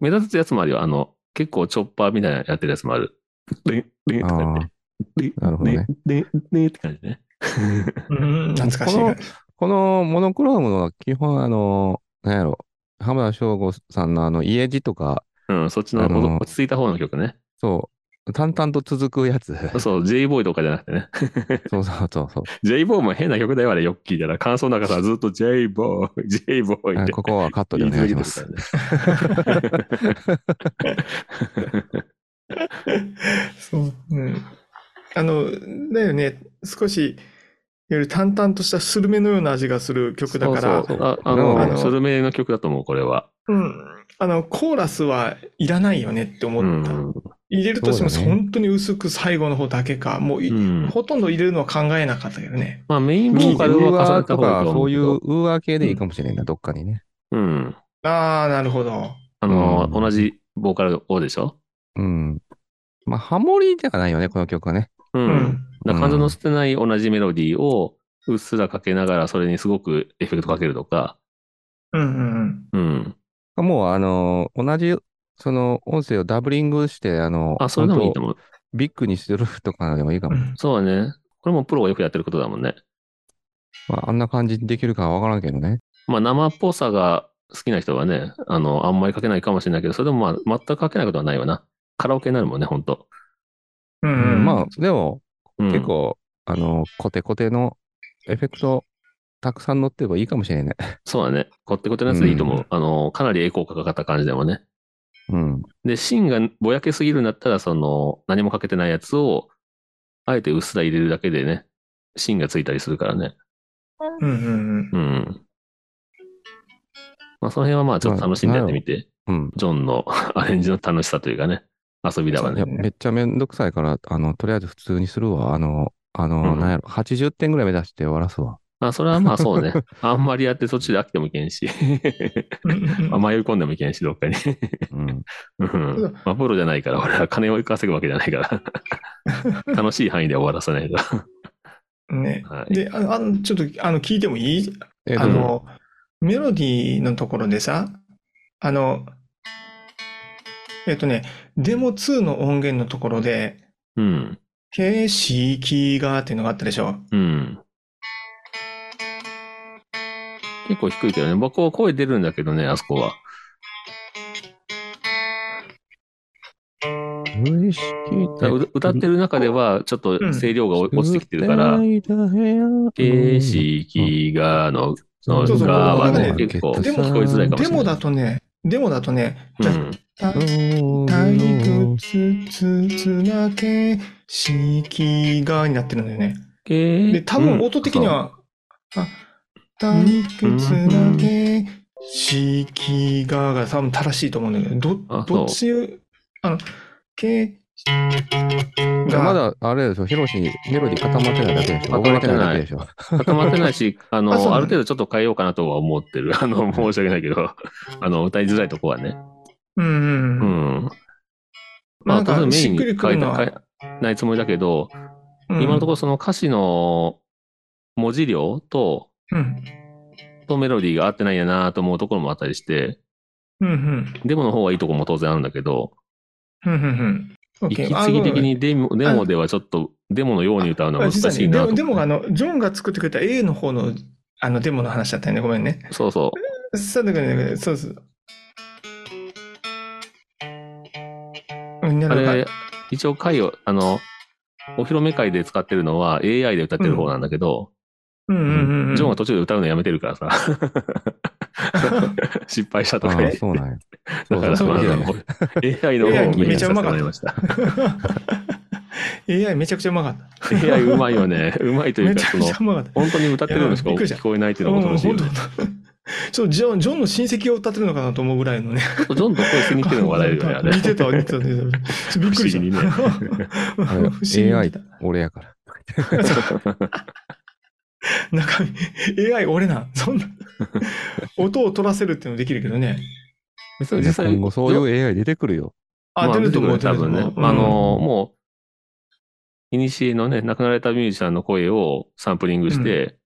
Speaker 2: 目立つやつもあるよ。あの、結構チョッパーみたいなやってるやつもある。で、で、とかやって。で、
Speaker 4: なるほどね。
Speaker 2: で、で、って感じね。
Speaker 3: うん、懐かしい
Speaker 4: こ
Speaker 3: な
Speaker 4: の。このモノクロームのは基本、あの、なんやろ、浜田省吾さんのあの、家路とか、
Speaker 2: うん、そっちの
Speaker 4: あのー
Speaker 2: 落ち着いた方の曲ね。
Speaker 4: そう、淡々と続くやつ。
Speaker 2: そう、j ボーイとかじゃなくてね。
Speaker 4: そうそうそうそう。
Speaker 2: j ボーイも変な曲だよ、あれ、よく聞いたら。感想の中さ、ずっと j ボ ーイ、j ボーイ
Speaker 4: あ
Speaker 2: って。
Speaker 4: ここはカットで
Speaker 2: 言
Speaker 4: お
Speaker 2: い
Speaker 4: 願
Speaker 2: 続
Speaker 4: い
Speaker 2: け
Speaker 4: してま
Speaker 2: る
Speaker 4: す。
Speaker 2: からね。
Speaker 3: そう。うん。あの、だよね。少し、より淡々としたスルメのような味がする曲だから、
Speaker 2: そうそうああ
Speaker 4: あ
Speaker 2: の、
Speaker 3: の
Speaker 2: スルメの曲だと思う、これは。
Speaker 3: うん。あの、コーラスはいらないよねって
Speaker 2: う
Speaker 3: 思った。
Speaker 2: ん。
Speaker 3: 入れるとしても、
Speaker 4: そうだね
Speaker 3: 本当に薄く最後の方だけか。もうい、
Speaker 2: うん
Speaker 3: ほとんど入れるのは考えなかったけどね。
Speaker 2: まあ、メインボ
Speaker 4: ウ
Speaker 2: ーカル
Speaker 4: ー
Speaker 2: は重
Speaker 4: ア
Speaker 2: ねた
Speaker 4: と
Speaker 2: 方が
Speaker 4: か、
Speaker 2: と
Speaker 4: そ
Speaker 2: 思
Speaker 4: う
Speaker 2: け
Speaker 4: いう
Speaker 2: ど。
Speaker 4: ウーア系でいいかもしれないな、どっかにね。
Speaker 2: うん。
Speaker 3: ああ、なるほど。
Speaker 2: あの、
Speaker 4: うん
Speaker 2: 同じボーカルをでしょ
Speaker 4: うん。まあ、ハモリではないよね、この曲はね。
Speaker 2: う。
Speaker 3: うんん。
Speaker 2: だから感情の捨てない同じメロディーをうっすらかけながら、それにすごくエフェクトかけるとか。
Speaker 3: うんうん
Speaker 2: うん。
Speaker 4: もう、あの、同じ、その音声をダブリングして、あの、
Speaker 2: あ、それでもいいと
Speaker 4: 本
Speaker 2: 思う。
Speaker 4: 当ビッグにするとかでもいいか
Speaker 3: う
Speaker 4: も。
Speaker 3: ん。
Speaker 2: そうだね。これもプロがよくやってることだもんね。
Speaker 4: まあ、あんな感じにできるかはわからんけどね。
Speaker 2: まあ、生っぽさが好きな人はね、あの、あんまりかけないかもしれないけど、それでもまあ、全くかけないことはないよな。カラオケになるもんね、ほんと。
Speaker 3: う
Speaker 4: うん
Speaker 3: うん。
Speaker 4: まあ、でも、
Speaker 2: うん
Speaker 4: 結。構、あの、コテコテのエフェクト、たくさん乗ってればいいかもしれない。
Speaker 2: そうだね。こってこてのやつでいいと思う。
Speaker 3: うん
Speaker 2: あの、かなり栄光がかかった感じでもね。
Speaker 4: うん。
Speaker 2: で、芯がぼやけすぎるんだったら、その、何もかけてないやつを、あえてうっすら入れるだけでね、芯がついたりするからね。
Speaker 3: うんうんうん。
Speaker 2: うん。まあ、その辺はまあ、ちょっと楽しんでやってみて、
Speaker 4: うん。
Speaker 2: ジョンの アレンジの楽しさというかね、遊びだわ
Speaker 4: いや、
Speaker 2: ね。
Speaker 4: めっちゃめんどくさいから、あの、とりあえず普通にするわ。あの、あの、
Speaker 2: うん
Speaker 4: なんやろ、80点ぐらい目指して終わらすわ。
Speaker 2: まあ、それはまあそう ね。あんまりやってそっちで飽きてもいけんし、まあ迷い込んでもいけんし、どっかに。
Speaker 4: うん。
Speaker 2: うん。まあ、プロじゃないから、俺は金を稼ぐわけじゃない から。楽しい範囲で終わらさないと。
Speaker 3: ね。
Speaker 2: はい
Speaker 3: で、あの、あのちょっと、あの、聞いてもいい
Speaker 4: え
Speaker 3: あ
Speaker 4: どうぞ
Speaker 3: の、メロディーのところでさ、あの、えっとね、デモ2の音源のところで、
Speaker 2: うん。
Speaker 3: 景色がっていうのがあったでしょ。
Speaker 2: うん。結構低いけどね。僕は声出るんだけどね、あそこは。
Speaker 4: 無意識
Speaker 2: だからう歌ってる中では、ちょっと声量がお落ちてきてるから、景
Speaker 4: 景
Speaker 2: 色がの、の、
Speaker 3: そうそう
Speaker 2: がはね、
Speaker 3: 僕
Speaker 4: ね
Speaker 2: 結構
Speaker 4: で
Speaker 2: 聞
Speaker 3: も
Speaker 2: こえづらいかもしれな
Speaker 3: デ
Speaker 2: い。
Speaker 3: モだとね、デモだとね、
Speaker 2: う
Speaker 3: た
Speaker 2: ん。
Speaker 3: た退屈つつな景色がになってるんだよね。で、
Speaker 2: で
Speaker 3: 多分音的に、は、あ、退屈な景色がが多分正しいと思うんだけど、
Speaker 2: あ
Speaker 3: ど、どっち、あの、景
Speaker 4: じゃあ
Speaker 3: が
Speaker 4: まだ、あれでしょ、ヒロシ、メロディー固まってないだけでしょ。
Speaker 2: 固まってない
Speaker 4: 覚えだけでしょ。
Speaker 2: 固まってないし、あの、
Speaker 3: あそうな
Speaker 2: ある
Speaker 3: の
Speaker 2: 程度ちょっと変えようかなとは思ってる。あ の、申し訳ないけど、あの、歌いづらいとこはね。
Speaker 3: うんう
Speaker 2: う
Speaker 3: んうん。
Speaker 2: ん。
Speaker 3: まあ
Speaker 2: まあ、多
Speaker 3: な
Speaker 2: 分
Speaker 3: んか
Speaker 2: メイ
Speaker 3: し
Speaker 2: ン
Speaker 3: っ
Speaker 2: に
Speaker 3: く
Speaker 2: 変
Speaker 3: り
Speaker 2: え
Speaker 3: くるの
Speaker 2: た
Speaker 3: は
Speaker 2: 変えないつもりだけど、
Speaker 3: うん
Speaker 2: 今のところその歌詞の文字量と、
Speaker 3: うん
Speaker 2: とメロディーが合ってないんやなと思うところもあったりして、
Speaker 3: うんうん
Speaker 2: デモの方がいいとこも当然あるんだけど、
Speaker 3: うんうんうん。
Speaker 2: 息
Speaker 3: OK
Speaker 2: 継ぎ的。
Speaker 3: あ
Speaker 2: にデモデモではちょっと、デモのように歌うの
Speaker 3: ご
Speaker 2: は難
Speaker 3: めんあ実は
Speaker 2: しい
Speaker 3: ね、
Speaker 2: な
Speaker 3: で
Speaker 2: と
Speaker 3: も、でも
Speaker 2: 思
Speaker 3: あ
Speaker 2: って。
Speaker 3: の、ジョンが作ってくれた A の方の、あの、デモの話だったよね。ごめんね。
Speaker 2: そうそう。
Speaker 3: そうだからね、そうそう。うん、な
Speaker 2: あ
Speaker 3: んか
Speaker 2: れ、一応回を、あの、お披露目会で使ってるのは AI で歌ってる方なんだけど、
Speaker 3: うんうんうんうん。
Speaker 2: ジョンは 途中で歌うのやめてるからさ、失敗したとか
Speaker 4: あ
Speaker 2: 言っ
Speaker 4: あ、
Speaker 2: て
Speaker 4: そうなんや。
Speaker 2: だから、
Speaker 3: そうそう
Speaker 2: まあ
Speaker 3: そう
Speaker 2: あの AI の方を
Speaker 3: AI
Speaker 2: 見
Speaker 3: めちゃうまかった
Speaker 2: りました。
Speaker 3: AI めちゃくちゃうまかった。
Speaker 2: AI うまいよね。うまいとい
Speaker 3: め
Speaker 2: うか、
Speaker 3: ちゃ
Speaker 2: そ
Speaker 3: く
Speaker 2: の
Speaker 3: ちゃ、うまかった。
Speaker 2: 本当に歌ってるのしか
Speaker 3: いやびっくりした
Speaker 2: 聞こえないっていうの
Speaker 3: う
Speaker 2: が
Speaker 3: ん、
Speaker 2: 恐ろしいよ
Speaker 3: 本当
Speaker 2: ね。
Speaker 3: ちょっとジョン、ジョンの親戚を歌ってるのかなと思うぐらいのね。
Speaker 2: ちょっとジョンと声すぎてるのが笑えるよね、あれ。
Speaker 3: 似てた、似てた、似てた。びっくりした。
Speaker 2: 不思
Speaker 4: あれ
Speaker 3: 不思議に似
Speaker 4: AI
Speaker 3: てた、
Speaker 4: 俺やから。
Speaker 3: 中身、AI 俺なん。そんな。音を取らせるっていうのできるけどね。
Speaker 2: 別に
Speaker 4: 今
Speaker 2: 実際
Speaker 4: 後そう
Speaker 2: う。
Speaker 4: いう AI 出てくるよ。
Speaker 3: あ、
Speaker 2: ま
Speaker 3: 出
Speaker 2: あ、
Speaker 3: ると思う、出
Speaker 2: 多
Speaker 3: ると
Speaker 2: 分
Speaker 3: 思
Speaker 2: ね
Speaker 3: う。。
Speaker 2: まああの、もう、いにしえのね、亡くなられたミュージシャンの声をサンプリングして、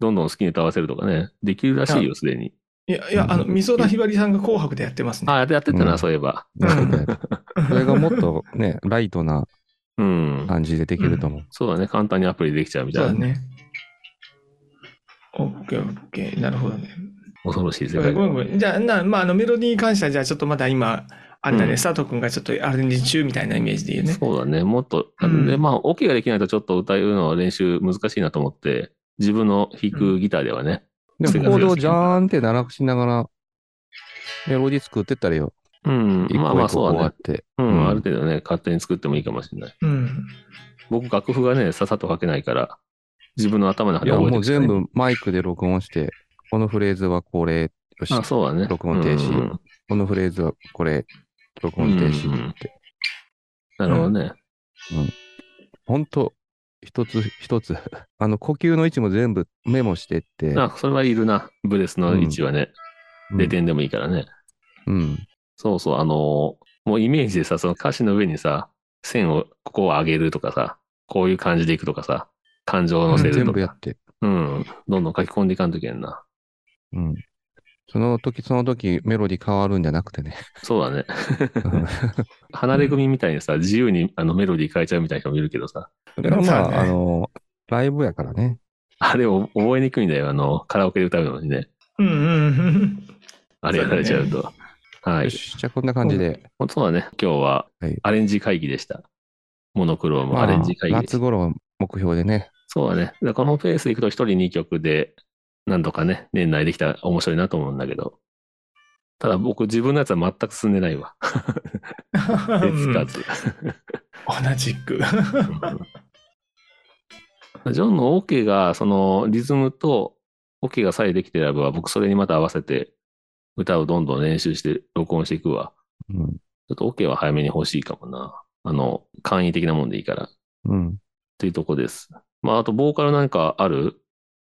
Speaker 2: どんどん好きに歌わせるとかね、できるらしいよ、すでに。
Speaker 3: いや、いや、あの、美空ひばりさんが紅白でやってますね。
Speaker 2: ああ、やってた
Speaker 4: う
Speaker 2: な、
Speaker 4: ん
Speaker 2: そういえば。
Speaker 3: うん
Speaker 4: それがもっとね、ライトな
Speaker 2: うん。
Speaker 4: 感じでできると思う。
Speaker 2: そうだね、簡単にアプリできちゃうみ
Speaker 3: そ
Speaker 2: た
Speaker 3: う
Speaker 2: い
Speaker 3: だ
Speaker 2: な。
Speaker 3: ね。オッケーオッケー。なるほどね。
Speaker 2: 恐ろしい世
Speaker 3: ごめ
Speaker 2: 界
Speaker 3: んごめん。じゃあ、な、まあ、あの、メロディーに関しては、じゃあちょっとまだ今、あれだね、
Speaker 2: うん
Speaker 3: 佐藤くんがちょっとアレンジ中みたいなイメージで言うね。
Speaker 2: そうだね、もっと、
Speaker 3: うん
Speaker 2: で、まあ、オ、ケ、ができないとちょっと歌うのは練習難しいなと思って、自分の弾くギターではね、
Speaker 4: でも、コードをジャーンって鳴らしながら、メロディー作ってったらよ。
Speaker 2: うん、
Speaker 4: 一個
Speaker 2: まあまあ
Speaker 4: 一個
Speaker 2: そう
Speaker 4: こう
Speaker 2: だ
Speaker 4: やっ
Speaker 2: ね。
Speaker 4: て。
Speaker 2: うん、
Speaker 4: うん
Speaker 2: ある程度ね、勝手に作ってもいいかもしれない。
Speaker 3: うん。
Speaker 2: 僕、楽譜がね、ささっと書けないから、自分の頭の中
Speaker 4: い
Speaker 2: で
Speaker 4: や、
Speaker 2: 覚えて
Speaker 4: もう
Speaker 2: るしかな
Speaker 4: 全
Speaker 2: い。
Speaker 4: 部マイクで録音して、このフレーズはこれ、よし
Speaker 2: あ、、そうだね。
Speaker 4: 録音停止
Speaker 2: うんうん
Speaker 4: このフレーズはこれ、録音停止って。
Speaker 2: なるほどね。
Speaker 4: ほんと、一つ一つ、 あの、呼吸の位置も全部メモしてって、
Speaker 2: あ、それはいるな。ブレスの位置はね、
Speaker 4: うん
Speaker 2: 出てんでもいいからね。
Speaker 4: うん。
Speaker 2: そうそう、あのーもうイメージでさ、その歌詞の上にさ、線をここを上げるとかさ、こういう感じでいくとかさ、感情を乗せる
Speaker 4: 全
Speaker 2: と
Speaker 4: 部や
Speaker 2: か
Speaker 4: っ。て。
Speaker 2: うん。どんどん書き込んでいかんといけんな。
Speaker 4: うん。その時その時メロディー変わるんじゃなくて ね。
Speaker 2: そうだね。
Speaker 4: うん
Speaker 2: 離れ組みたいにさ、自由にあのメロディー変えちゃうみたいな人もいるけどさ、
Speaker 4: それはま
Speaker 3: そう
Speaker 4: あ、
Speaker 3: だ
Speaker 4: あ
Speaker 3: ね
Speaker 4: の、ライブやからね。
Speaker 2: あれを覚えにくいんだよ、あの、カラオケで歌うのにね。
Speaker 3: うんうん
Speaker 2: あれやられちゃうと。は
Speaker 4: よ
Speaker 2: い。
Speaker 4: し、じゃあこんな感じで、
Speaker 2: そうだね。今日は
Speaker 4: はい
Speaker 2: アレンジ会議でした。モノクローム
Speaker 4: ま
Speaker 2: ア
Speaker 4: あ
Speaker 2: レンジ会議でした
Speaker 4: 夏頃を目標でね。
Speaker 2: そうだね。だからこのペースでいくと1人2曲で、なんとかね、年内できたら面白いなと思うんだけど。ただ僕自分のやつは全く進んでないわ。
Speaker 3: う
Speaker 2: 手つ
Speaker 3: ん。
Speaker 2: かず。
Speaker 3: 同じく。
Speaker 2: ジョンの OK が、そのリズムと OK がさえできてれば、僕それにまた合わせて歌をどんどん練習して録音していくわ。
Speaker 4: うん。
Speaker 2: ちょっと OK は早めに欲しいかもな。あの、簡易的なもんでいいから。
Speaker 4: うん。
Speaker 2: っていうとこです。まあ、あと、ボーカルなんかある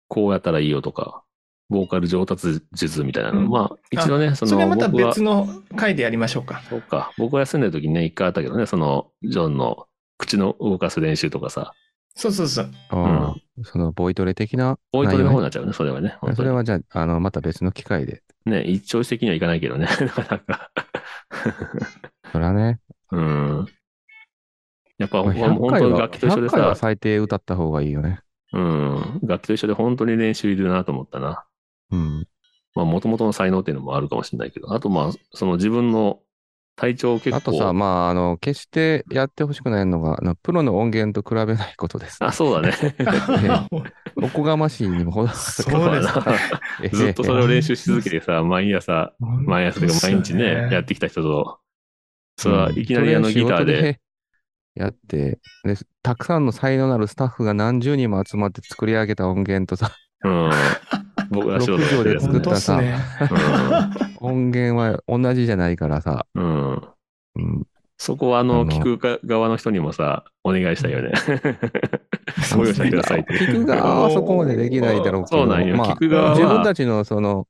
Speaker 2: こうやったらいいよとか、ボーカル上達術みたいなの。
Speaker 3: うん
Speaker 2: まあ、一度ね、その、
Speaker 3: それはまた
Speaker 2: 僕は
Speaker 3: 別、の回でやりましょうか。
Speaker 2: そうか、僕が休んでる時にね、一回あったけどね、その、ジョンの口の動かす練習とかさ、
Speaker 3: そうそうそう。
Speaker 4: ああそのボイトレ的な
Speaker 2: ボイトレ
Speaker 4: 内
Speaker 2: の
Speaker 4: 容
Speaker 2: 方に
Speaker 4: ね
Speaker 2: なっちゃうね、それはね。本
Speaker 4: そ
Speaker 2: 当
Speaker 4: れ
Speaker 2: に
Speaker 4: はじゃあ、あの、また別の機会で。
Speaker 2: ね、一朝一夕にはいかないけどね、 なかなか。
Speaker 4: それはね、
Speaker 2: うん。やっぱ、
Speaker 4: まあ
Speaker 2: 本
Speaker 4: 100
Speaker 2: 当
Speaker 4: 回
Speaker 2: に
Speaker 4: は、
Speaker 2: 楽器と一緒で
Speaker 4: 100回は
Speaker 2: さ、
Speaker 4: 最低歌った方がいいよね。
Speaker 2: うん、楽器と一緒で本当に練習いるなと思ったな。
Speaker 4: うん。
Speaker 2: まあ、もともとの才能っていうのもあるかもしれないけど、あとまあ、その自分の体調を結構。
Speaker 4: あとさ、まあ、あの、決してやってほしくないのが、あのプロの音源と比べないことです。
Speaker 2: あ、そうだ ね。
Speaker 4: おこがましいにもほど
Speaker 3: そうです か。
Speaker 2: ずっとそれを練習し続けてさ、毎朝、毎朝というか毎日ね、やってきた人と、それはいきなりあのギターで、。
Speaker 4: やってで、たくさんの才能のあるスタッフが何十人も集まって作り上げた音源とさ、
Speaker 2: うん。僕が仕事してるやつ
Speaker 4: 作
Speaker 2: ね
Speaker 4: っ。たさ
Speaker 3: 本当っすね
Speaker 2: うん
Speaker 4: 音源は同じじゃないからさ、
Speaker 2: うん。
Speaker 4: うん、
Speaker 2: そこはあ
Speaker 4: あ
Speaker 2: の、
Speaker 4: の
Speaker 2: 聞くか側の人にもさ、お願いしたいよね。ご容赦くださいって。
Speaker 4: 聞く側はそこまでできないだろうけど、
Speaker 2: そうなんよ
Speaker 4: まあ、
Speaker 2: 聞く側は
Speaker 4: 自分たちの その、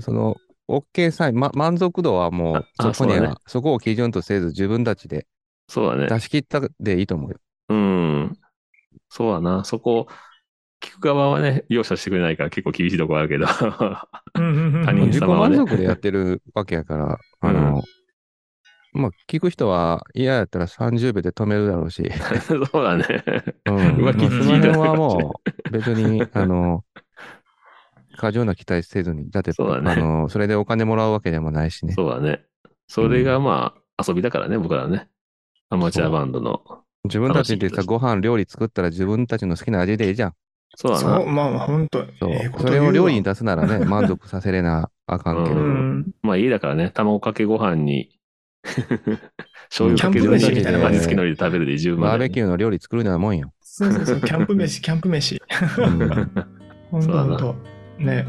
Speaker 4: その、OK サイン、ま、満足度はもう、
Speaker 2: ああ
Speaker 4: そこに
Speaker 2: そう
Speaker 4: は、
Speaker 2: だね
Speaker 4: そこを基準とせず、自分たちで
Speaker 2: そうだね。
Speaker 4: 出し切ったでいいと思うよ。
Speaker 2: うん。そうだな。そこ、聞く側はね、容赦してくれないから結構厳しいとこあるけど。 他
Speaker 4: もう
Speaker 2: 人
Speaker 4: 自己
Speaker 2: 様はね
Speaker 4: 満足でやってるわけ やから、あの、まあ、聞く人は嫌やったら30秒で止めるだろ うし、
Speaker 2: そうだね。
Speaker 4: うん、
Speaker 2: う
Speaker 4: ま
Speaker 2: わ
Speaker 4: あそ
Speaker 2: 聞い
Speaker 4: の
Speaker 2: て
Speaker 4: 辺はもう、別 に、あの、過剰な期待せずに、だって、
Speaker 2: そうだね
Speaker 4: あの、それでお金もらうわけでもないしね。
Speaker 2: そうだね。それがまあ、遊びだからね、僕らね。アマチュアバンドの。
Speaker 4: 自分たちでさ、
Speaker 2: 楽しみ
Speaker 4: ご飯、料理作ったら自分たちの好きな味でいいじゃん。
Speaker 2: そうだ
Speaker 3: そ
Speaker 2: な
Speaker 3: う、。まあまあ、本当
Speaker 4: そう。
Speaker 3: ええこと
Speaker 4: それ
Speaker 3: 言うわ
Speaker 4: を料理に出すな らね、満足させれなあかんけど。
Speaker 3: う。
Speaker 2: うんまあ家だからね、卵かけご飯に、 醤油かけ
Speaker 3: キャンプ
Speaker 2: 醤油
Speaker 3: 飯
Speaker 2: みたいな
Speaker 3: みたいな
Speaker 2: 味付きのりで食べるで十分
Speaker 4: バー
Speaker 2: だ
Speaker 4: ベ
Speaker 2: よ
Speaker 4: キ
Speaker 2: ね。
Speaker 4: ューの料理作るようなもんよ。
Speaker 3: そうそうそう、キャンプ飯、キャンプ飯。
Speaker 4: うん
Speaker 3: 本
Speaker 2: そうだ
Speaker 3: 当
Speaker 2: な
Speaker 3: 本当。ね、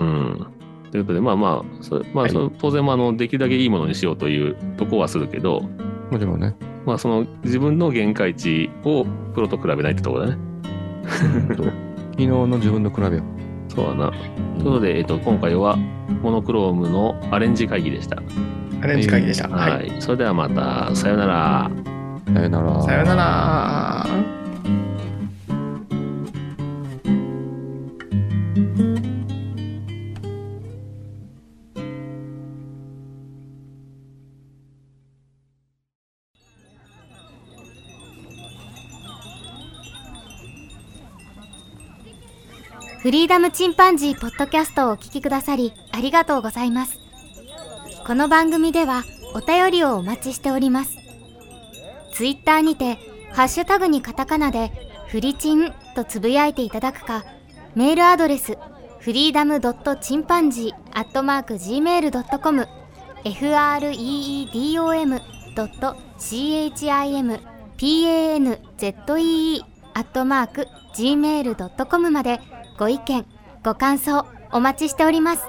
Speaker 3: うんうん。
Speaker 2: うん。ということで、まあまあ、それまあ、その当然、まああの、できるだけいいものにしようというとこはするけど、
Speaker 4: もちろんね。
Speaker 2: まあ、その自分の限界値をプロと比べないってとこだね。
Speaker 4: と昨日の自分と比べよ
Speaker 2: そうだな。ということで、えっと、今回はモノクロームのアレンジ会議でした。
Speaker 3: アレンジ会議でした。はい
Speaker 2: は。い。それではまた、さよなら。
Speaker 4: う。さよなら。
Speaker 3: さよなら。
Speaker 1: フリーダムチンパンジーポッドキャストをお聞きくださりありがとうございます。この番組ではお便りをお待ちしております。ツイッターにて、ハッシュタグにカタカナで、フリチンとつぶやいていただくか、メールアドレス、フリーダムドットチンパンジーアットマーク Gmail.com、freedom ドット chimpanzee アットマーク Gmail.com までご意見、ご感想お待ちしております。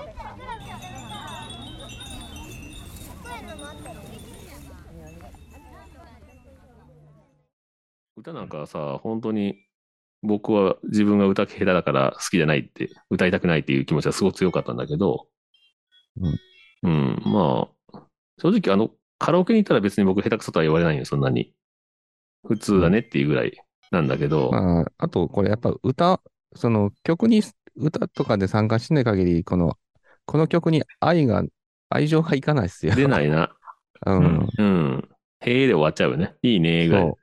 Speaker 2: 歌なんかさ、本当に僕は自分が歌下手だから好きじゃないって、歌いたくないっていう気持ちはすごく強かったんだけど、うん、まあ、正直あの、カラオケに行ったら別に僕下手くそとは言われないよ、そんなに。普通だねっていうぐらいなんだけど、
Speaker 4: まあ、あと、これやっぱ歌、その曲に、歌とかで参加しない限り、この、この曲に愛が、愛情がいかないっすよ。
Speaker 2: 出ないな。
Speaker 4: うん。
Speaker 2: うん。へえで終わっちゃうよね。いいねぐらい。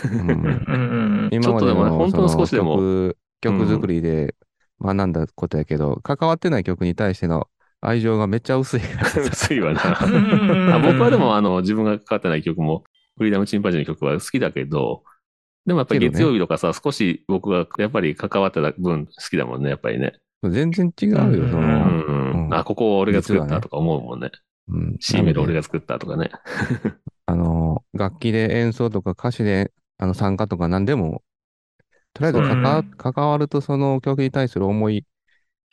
Speaker 4: そう。う
Speaker 3: うん
Speaker 4: ん
Speaker 3: うん
Speaker 4: 今まで
Speaker 2: ちょっとでもね
Speaker 4: の
Speaker 2: 本当に少しでも
Speaker 4: その曲曲作りで学んだことやけど、関わってない曲に対しての愛情がめっちゃ薄いから
Speaker 2: 薄いわな。
Speaker 3: うん。
Speaker 2: あ僕はでもあの自分がかかってない曲も、フリーダムチンパンジーの曲は好きだけど、でもやっぱり
Speaker 4: けどね
Speaker 2: 月曜日とかさ、少し僕がやっぱり関わってた分好きだもんね、やっぱりね。
Speaker 4: 全然違うよ、
Speaker 3: うん
Speaker 4: そうの。
Speaker 2: んうん。
Speaker 4: うん
Speaker 2: あ、ここ俺が作っ
Speaker 4: 実は
Speaker 2: た
Speaker 4: ね
Speaker 2: とか思うもんね。
Speaker 4: うん、
Speaker 2: C メロ俺
Speaker 4: なので
Speaker 2: が作ったとかね。
Speaker 4: あの、楽器で演奏とか歌詞であの参加とか何でも、とりあえず関わ,、
Speaker 3: うん
Speaker 4: 関わるとその曲に対する思い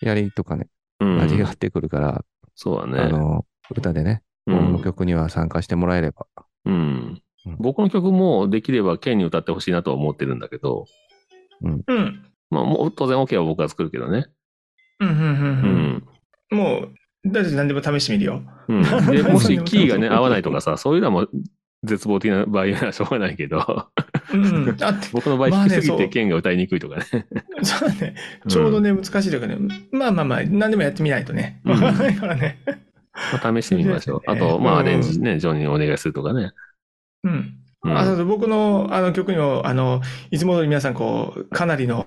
Speaker 4: やりとかね、
Speaker 2: うん。
Speaker 4: 味がってくるから、
Speaker 2: そう
Speaker 4: あ
Speaker 2: だね。
Speaker 4: の、歌でね、
Speaker 2: う
Speaker 4: この
Speaker 2: ん。
Speaker 4: 曲には参加してもらえれば。
Speaker 2: うん
Speaker 4: うん
Speaker 2: 僕の曲もできれば県に歌ってほしいなとは思ってるんだけど、
Speaker 3: うん。
Speaker 2: まあもう当然 OK は僕が作るけどね。
Speaker 3: うんうん
Speaker 2: う
Speaker 3: うん
Speaker 2: ん。
Speaker 3: うん。もう、だって何でも試してみるよ。
Speaker 2: うん、でもしキーがね
Speaker 3: そうそうそう
Speaker 2: 合わないとかさ、そういうのはもう絶望的な場合はしょうがないけど、
Speaker 3: うん。あって、
Speaker 2: 僕の場合
Speaker 3: まあ
Speaker 2: 低
Speaker 3: ね
Speaker 2: すぎ
Speaker 3: そ
Speaker 2: て
Speaker 3: う
Speaker 2: 剣が歌いにくいとか ね。
Speaker 3: そうだね。ちょうどね、難しいというかね、まあまあまあ、何でもやってみないとね。
Speaker 2: うん
Speaker 3: わからないからね。
Speaker 2: まあ試してみましょう。
Speaker 3: そ
Speaker 2: あ
Speaker 3: うですね
Speaker 2: と、まあ
Speaker 3: うん
Speaker 2: アレンジね、ジョニーにお願いするとかね。
Speaker 3: うん。
Speaker 2: うん
Speaker 3: あそうそう僕のあの曲にも、あの、いつも通り皆さん、こう、かなりの、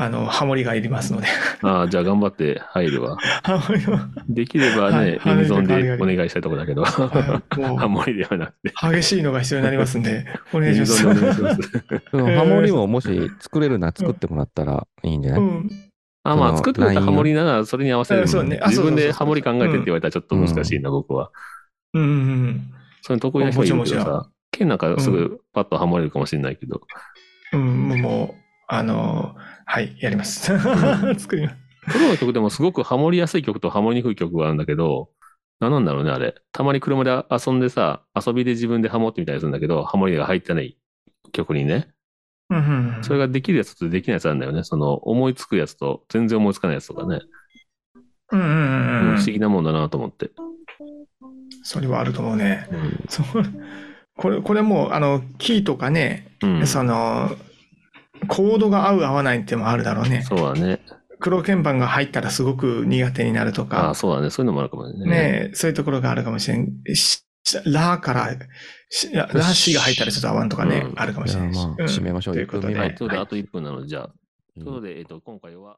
Speaker 3: あの、ハモリがいりますので。
Speaker 2: ああ、じゃあ頑張って入るわ。
Speaker 3: ハモリ は
Speaker 2: できればね、
Speaker 3: はい
Speaker 2: ユニゾン
Speaker 3: はい
Speaker 2: でお願いしたいとこだけど、ハ
Speaker 3: はいも
Speaker 2: モリではなくて、
Speaker 3: う、激しいのが必要になりますんで、お願
Speaker 2: ユ
Speaker 3: いし
Speaker 2: ニ
Speaker 3: ま
Speaker 2: ゾンで
Speaker 3: す。
Speaker 2: お願いします。
Speaker 4: その
Speaker 3: へー
Speaker 4: ハモリももし作れるなら作ってもらったらいいんじゃない、
Speaker 3: うん。
Speaker 2: あ、ま
Speaker 4: そ
Speaker 2: あ
Speaker 4: の
Speaker 2: 作ってくれたハモリならそれに合わせる
Speaker 3: うんそうねあ
Speaker 2: 自分
Speaker 3: そうそうそうそ
Speaker 2: で
Speaker 3: う
Speaker 2: ハモリ考えてって言われたらちょっと難しいな、僕は。
Speaker 3: うんうんうん。
Speaker 2: それ得意な人いるけど
Speaker 3: もちろん
Speaker 2: さ、剣なんかすぐパッとハモれるかもしれないけど。
Speaker 3: うん、もうもう、あのーはい、や ります。作ります。
Speaker 2: プロの曲でもすごくハモりやすい曲とハモりにくい曲があるんだけど、何なんだろうね、あれ。たまに車で遊んでさ、遊びで自分でハモってみたりするんだけど、ハモリが入ってない曲にね。
Speaker 3: うんうんうん
Speaker 2: それができるやつとできないやつあるんだよね。その、思いつくやつと、全然思いつかないやつとかね。
Speaker 3: うんうん
Speaker 2: う
Speaker 3: うん
Speaker 2: ん
Speaker 3: うん
Speaker 2: 不思議なもんだなと思って。
Speaker 3: それはあると思うね。
Speaker 2: うん。
Speaker 3: そうこれ、これもう、あの、キーとかね、
Speaker 2: うん
Speaker 3: その、コードが合う合わないっていうのもあるだろうね。
Speaker 2: そうだね。
Speaker 3: 黒鍵盤が入ったらすごく苦手になると
Speaker 2: あ
Speaker 3: か
Speaker 2: あ、、そうだね。そういうのもあるかもね。
Speaker 3: ねえそういうところがあるかもしれん。しラーから、しララシが入ったらちょっと合わんとかね、
Speaker 2: うん
Speaker 3: あるかもしれないし。
Speaker 4: じゃあまあ
Speaker 3: ん
Speaker 4: 締めましょう
Speaker 3: ということ
Speaker 2: は
Speaker 4: 一分
Speaker 2: い。
Speaker 4: 未
Speaker 3: で
Speaker 2: ということで、
Speaker 3: は
Speaker 2: あと1分なので、じゃあ。ということで、えっと、今回は、